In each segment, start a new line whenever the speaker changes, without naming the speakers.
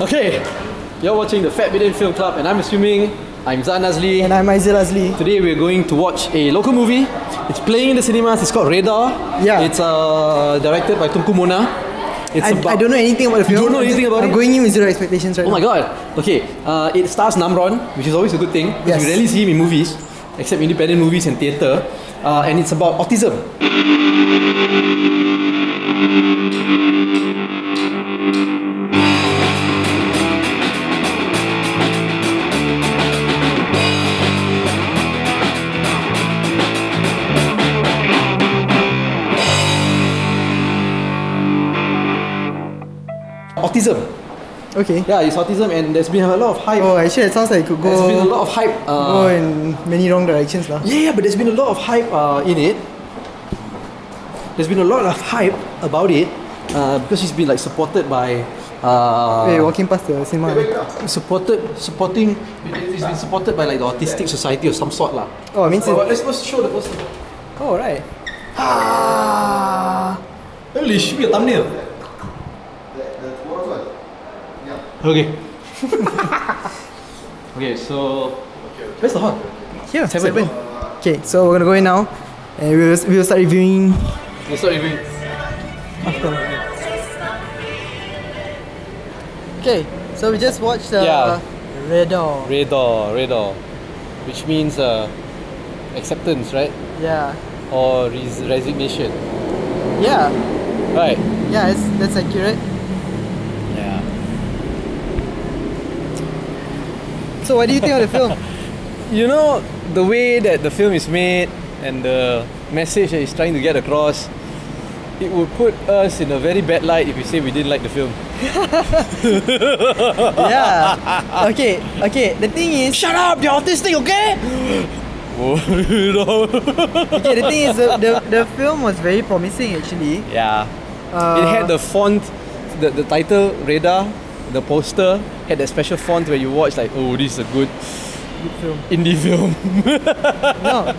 Okay, you're watching the Fat Bidden Film Club, and I'm assuming I'm Zan Nazli.
And I'm Aizil Azli.
Today we're going to watch a local movie. It's playing in the cinemas. It's called Radar.
Yeah.
It's uh, directed by Tunku Mona. It's
I, I don't know anything about the
You
film.
don't know
I'm just-
anything about
I'm
it?
going in with zero expectations right
Oh my
now.
god. Okay. Uh, it stars Namron, which is always a good thing. because
Yes.
We rarely see him in movies, except independent movies and theatre. Uh, and it's about autism. Autism.
Okay.
Yeah, it's autism, and there's been a lot of hype.
Oh, actually, it sounds like it could
There's been a
go,
lot of hype.
go
Uh,
in many wrong directions. lah.
yeah, yeah, but there's been a lot of hype uh, in it. There's been a lot of hype about it uh, because it's been like supported by. Uh,
Wait, walking past the cinema.
supported supporting it's been supported by like the autistic society of some sort lah.
Oh, I mean, it's-
let's let's show the person.
oh, right.
Ah, really should be a thumbnail. Okay. okay, so where's the horn?
Here,
Seven.
seven. Okay, so we're gonna go in now. And we'll, we'll start reviewing
Let's start reviewing.
after. Okay, so we just watched uh,
Yeah.
Radar.
Radar, radar, which means uh, acceptance, right?
Yeah.
Or res- resignation,
Yeah.
right?
Yeah, it's, that's accurate.
Yeah.
So, what do you think of the film?
you know the way that the film is made and the message that it's trying to get across it would put us in a very bad light if we say we didn't like the film
yeah. Okay, okay. The thing is,
shut up you're autistic okay
okay, the thing is, the, the, the film was very promising actually.
yeah
Uh,
it had the font the, the title radar the poster had that special font where you watch like oh this is a good
good film.
indie film
No,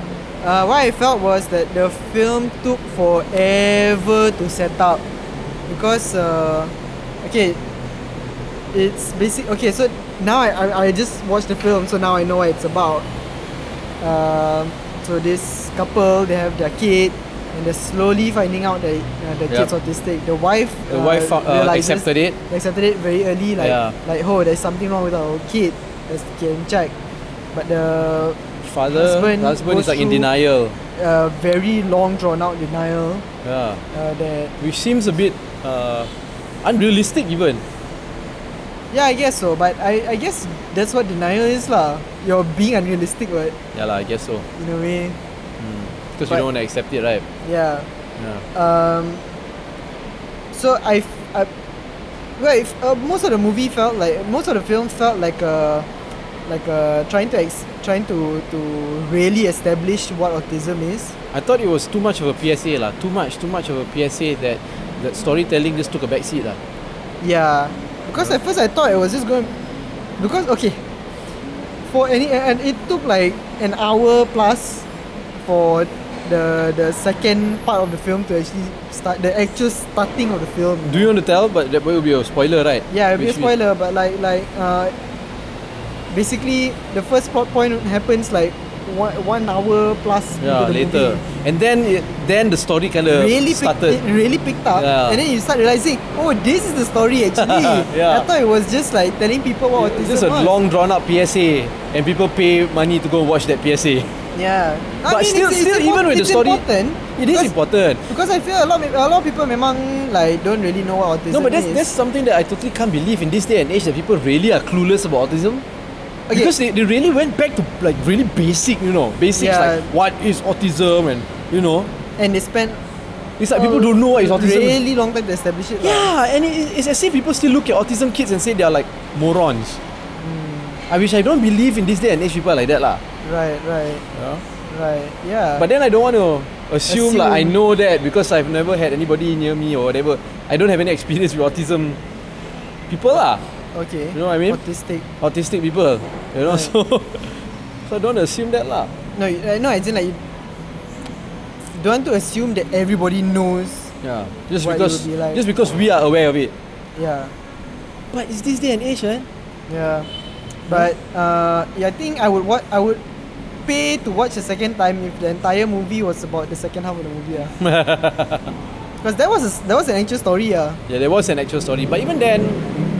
uh, what I felt was that the film took forever to set up because, uh, okay, it's basic. Okay, so now I, I, I just watched the film, so now I know what it's about. Um, so this couple, they have their kid. And they're slowly finding out that uh, the
Yep.
kid's autistic. The wife,
The wife fou- uh,
realizes-
accepted it.
accepted it very early, like
Yeah.
like oh, there's something wrong with our kid. Let's get in check. But the
father
Husband
husband is
goes
like in
through-
denial
uh, very long drawn out denial
yeah
uh, that
which seems a bit uh, unrealistic even
yeah I guess so but I, I guess that's what denial is lah you're being unrealistic right
yeah lah, I guess so
in a way
Because you
But-
don't want to accept it, right?
yeah
Yeah.
um so I, f- I well if, uh, most of the movie felt like most of the film felt like a like a trying to ex- trying to to really establish what autism is
I thought it was too much of a PSA lah. Too much, too much of a PSA that that storytelling just took a backseat lah.
Yeah, because at first I thought it was just going because okay for any and it took like an hour plus for the the second part of the film to actually start the actual starting of the film.
Do you want to tell? But that will be a spoiler, right?
Yeah, it'll be a
Which we-
spoiler, but like like uh, basically the first plot point happens like one, one hour plus into
Yeah,
the
later.
movie.
And then it, then the story kind of
really picked,
started.
it really picked up
Yeah.
and then you start realizing oh this is the story actually
Yeah.
I thought it was just like telling people what autism
just a
was.
long drawn out PSA, and people pay money to go watch that PSA.
yeah
But
I mean,
still-
it's,
still
it's
even
impor-
with the
it's
story-
important
It is
because,
important.
because I feel a lot of- a lot of people memang like don't really know what
No,
autism
but that's,
is
that's something that I totally can't believe in this day and age that people really are clueless about autism.
Okay.
Because they, they really went back to like really basic, you know, basics
Yeah.
like what is autism and you know,
and they spend
it's like people don't know what is autism.
Oh, really long time to establish it lah.
Yeah, and it, it's as if people still look at autism kids and say they are like morons. I
Hmm.
wish I don't believe in this day and age people are like that lah.
right right
Yeah.
right yeah
But then I don't want to assume, like I
Assume.
know that because I've never had anybody near me or whatever. I don't have any experience with autism people lah.
okay
You know what I mean?
autistic
autistic people, you know.
Right.
So, so don't assume that lah.
no you- uh, no I think like you don't want to assume that everybody knows
Yeah, just
What it
because
would be like.
just because we are aware of it.
yeah
But it's this day and age,
eh?
right?
Yeah. But uh, yeah, I think I would what I would pay to watch a second time if the entire movie was about the second half of the movie. Because that was a s that was an actual story. Yeah.
Yeah, there was an actual story. But even then,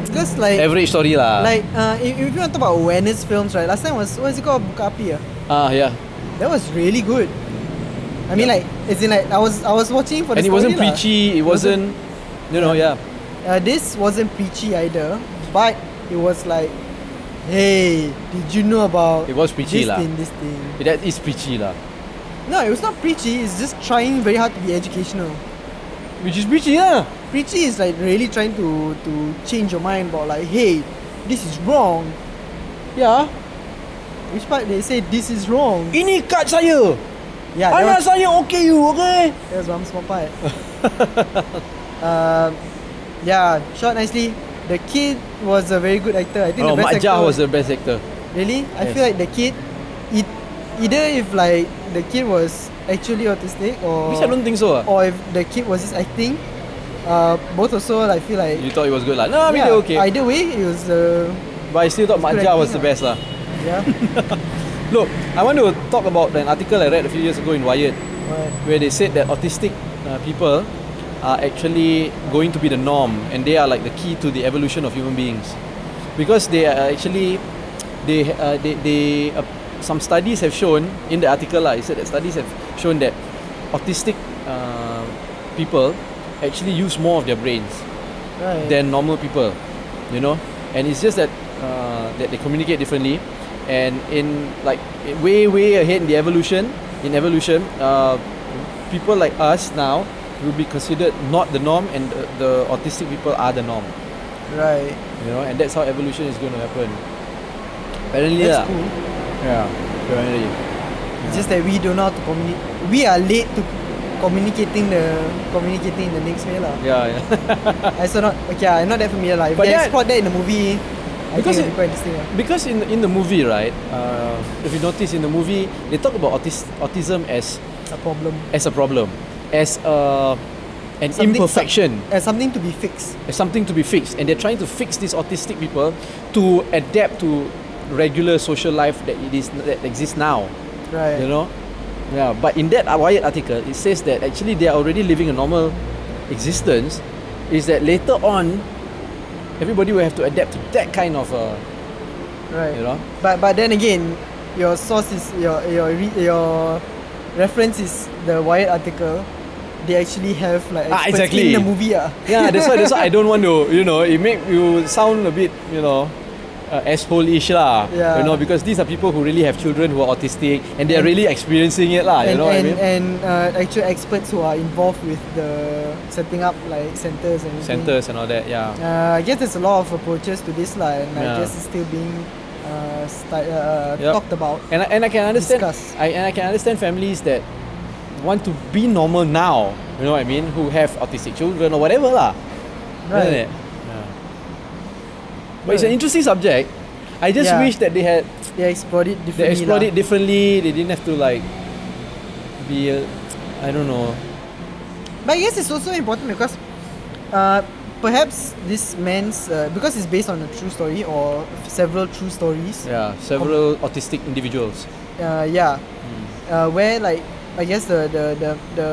Because like
average story lah.
like uh, if, if you want to talk about awareness films, right? Last time was what is it called Buka Api? Yeah?
ah yeah,
That was really good. I mean,
Yeah.
like, it's in like I was I was watching for the
and it wasn't
story lah.
preachy. It wasn't, you know, yeah.
Uh, this wasn't preachy either, but it was like, hey, did you know about
It was preachy
this
lah.
thing, this thing?
That is preachy lah.
No, it was not preachy. It's just trying very hard to be educational.
Which is preachy lah.
Preachy is like really trying to to change your mind about like, hey, this is wrong.
Yeah.
Which part they say this is wrong?
Ini kad saya.
Yeah, that
Anak
was,
saya okay you okay?
that was one small part. um, yeah, shot nicely. The kid was a very good actor. I think
Oh,
the
Mat
best
Jah
actor
was the best actor.
Really?
Yes.
I feel like the kid, it, either if like the kid was actually autistic or
Which I don't think so. ah.
or if the kid was just acting, uh, both also I feel like
You thought it was good lah. No, I mean
yeah,
they're Ah, okay.
Either way, it was uh,
But I still thought
It's good
Matja was the
acting
best lah.
yeah.
Look, I want to talk about an article I read a few years ago in Wired
but,
where they said that autistic uh, people are actually going to be the norm and they are like the key to the evolution of human beings because they are actually they uh, they, they uh, some studies have shown in the article lah, it said that studies have shown that autistic uh, people actually use more of their brains
right.
than normal people, you know. And it's just that uh, that they communicate differently, and in like i- way way ahead in the evolution, in evolution, uh, people like us now will be considered not the norm, and the, the autistic people are the norm,
right.
you know. And that's how evolution is going to happen. Apparently,
That's
lah.
cool.
yeah, apparently.
It's just that we don't know how to communicate. We are late to communicating the communicating in the next way lah.
Yeah, yeah.
I still not okay. I'm not that familiar lah. If
But
they
that-
explored that in the movie, I
Because
think it'd
it-
be quite interesting. lah.
because in in the movie, right? Uh, if you notice in the movie, they talk about autis- autism as
A problem.
as a problem, as a an
Something-
imperfection,
Uh, something to be fixed.
as something to be fixed, and they're trying to fix these autistic people to adapt to regular social life that it is that exists now.
Right.
You know, yeah. But in that Wired article, it says that actually they are already living a normal existence. Is that later on, everybody will have to adapt to that kind of, uh,
Right.
you know,
But but then again, your source is your your re- your reference is the Wired article. They actually have like
Ah,
experts
exactly.
in the movie. Ah.
Yeah, that's why that's why I don't want to, you know, it make you sound a bit, you know, uh, asshole-ish lah.
Yeah.
You know, because these are people who really have children who are autistic and they are
And-
really experiencing it lah. Ah,
and
You know
and,
what I mean?
and uh, actual experts who are involved with the setting up like centers and everything.
Centers and all that. Yeah.
Uh, I guess there's a lot of approaches to this lah, and I
Yeah.
guess it's still being uh, sti- uh,
Yup.
talked about.
And I, and I can understand.
Discuss.
I and I can understand families that want to be normal now. You know what I mean? Who have autistic children or whatever lah. Isn't it? Yeah. But it's an
Right.
interesting subject. I just
Yeah.
wish that they had
They explored it
they
differently.
explored
lah.
it differently. They didn't have to like be, a, I don't know.
But I guess it's also important because uh, perhaps this man's uh, because it's based on a true story or f- several true stories.
Yeah, several autistic individuals.
Uh, yeah. Uh, where like I guess the the, the, the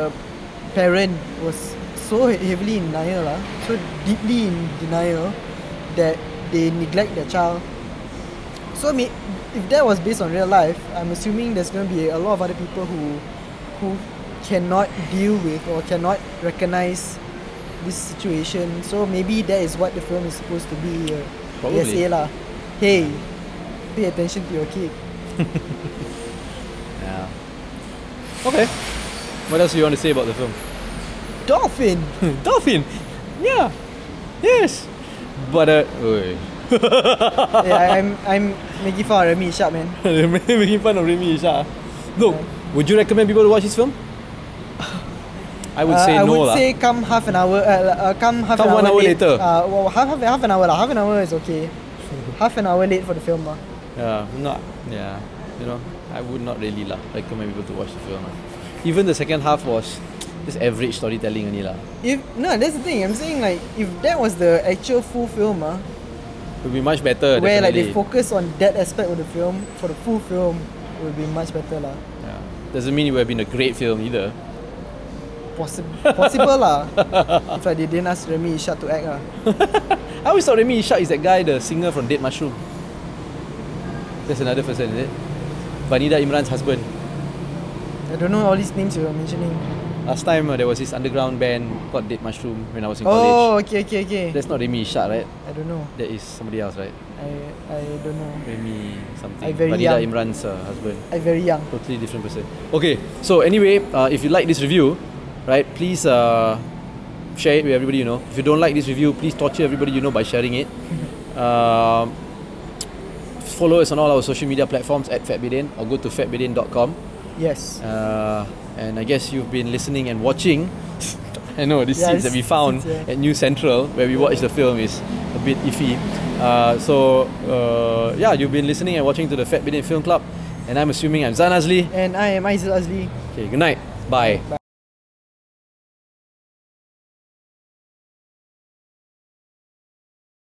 parent was so he- heavily in denial, lah, so deeply in denial that they neglect their child. So I mean, if that was based on real life, I'm assuming there's going to be a lot of other people who who cannot deal with or cannot recognize this situation. So maybe that is what the film is supposed to be. Uh,
Probably.
PSA lah. Hey, pay attention to your kid.
Yeah. Okay. What else do you want to say about the film?
Dolphin.
Dolphin. Yeah. Yes. But uh, oi.
yeah, I- I'm I'm making fun of Remy Sharp man.
They're making fun of Remy Isha. Look, would you recommend people to watch this film? I would
Uh,
say
I
no
would
lah.
say come half an hour. Uh, uh, come half
Come
an hour
one hour
late.
later.
Uh, well, half, half half an hour lah. Half an hour is okay. half an hour late for the film ah. lah.
yeah, not. Yeah, you know, I would not really lah recommend people to watch the film. lah. Even the second half was just average storytelling only lah.
If no, that's the thing. I'm saying like if that was the actual full film ah,
would be much better.
where like
definitely.
they focus on that aspect of the film for the full film would be much better lah.
Yeah. Doesn't mean it would have been a great film either.
Possib- possible lah. If like they didn't ask Remy Ishak to act ah. lah.
I always thought Remy Ishak is that guy, the singer from Dead Mushroom. That's another person, is it? Vanida Imran's husband.
I don't know all these names you were mentioning.
Last time uh, there was this underground band called Dead Mushroom when I was in college.
Oh, okay, okay, okay.
That's not Remy Ishak, right?
I don't know.
That is somebody else, right?
I I don't know.
Remy something.
I very
Vanida
young.
Imran's uh, husband.
I very young.
Totally different person. Okay, so anyway, uh, if you like this review, right, please uh, share it with everybody you know. If you don't like this review, please torture everybody you know by sharing it. um, follow us on all our social media platforms at fatbidin or go to fatbidin.com.
Yes.
Uh, and I guess you've been listening and watching. I know the
Yeah,
scenes that
it's-
we found
it's, yeah.
at New Central, where we watched the film, is a bit iffy. Uh, so uh, yeah, you've been listening and watching to the Fat Bidin Film Club, and I'm assuming I'm Zan Azli.
And I am Aizil Azli.
Okay, good night. Bye.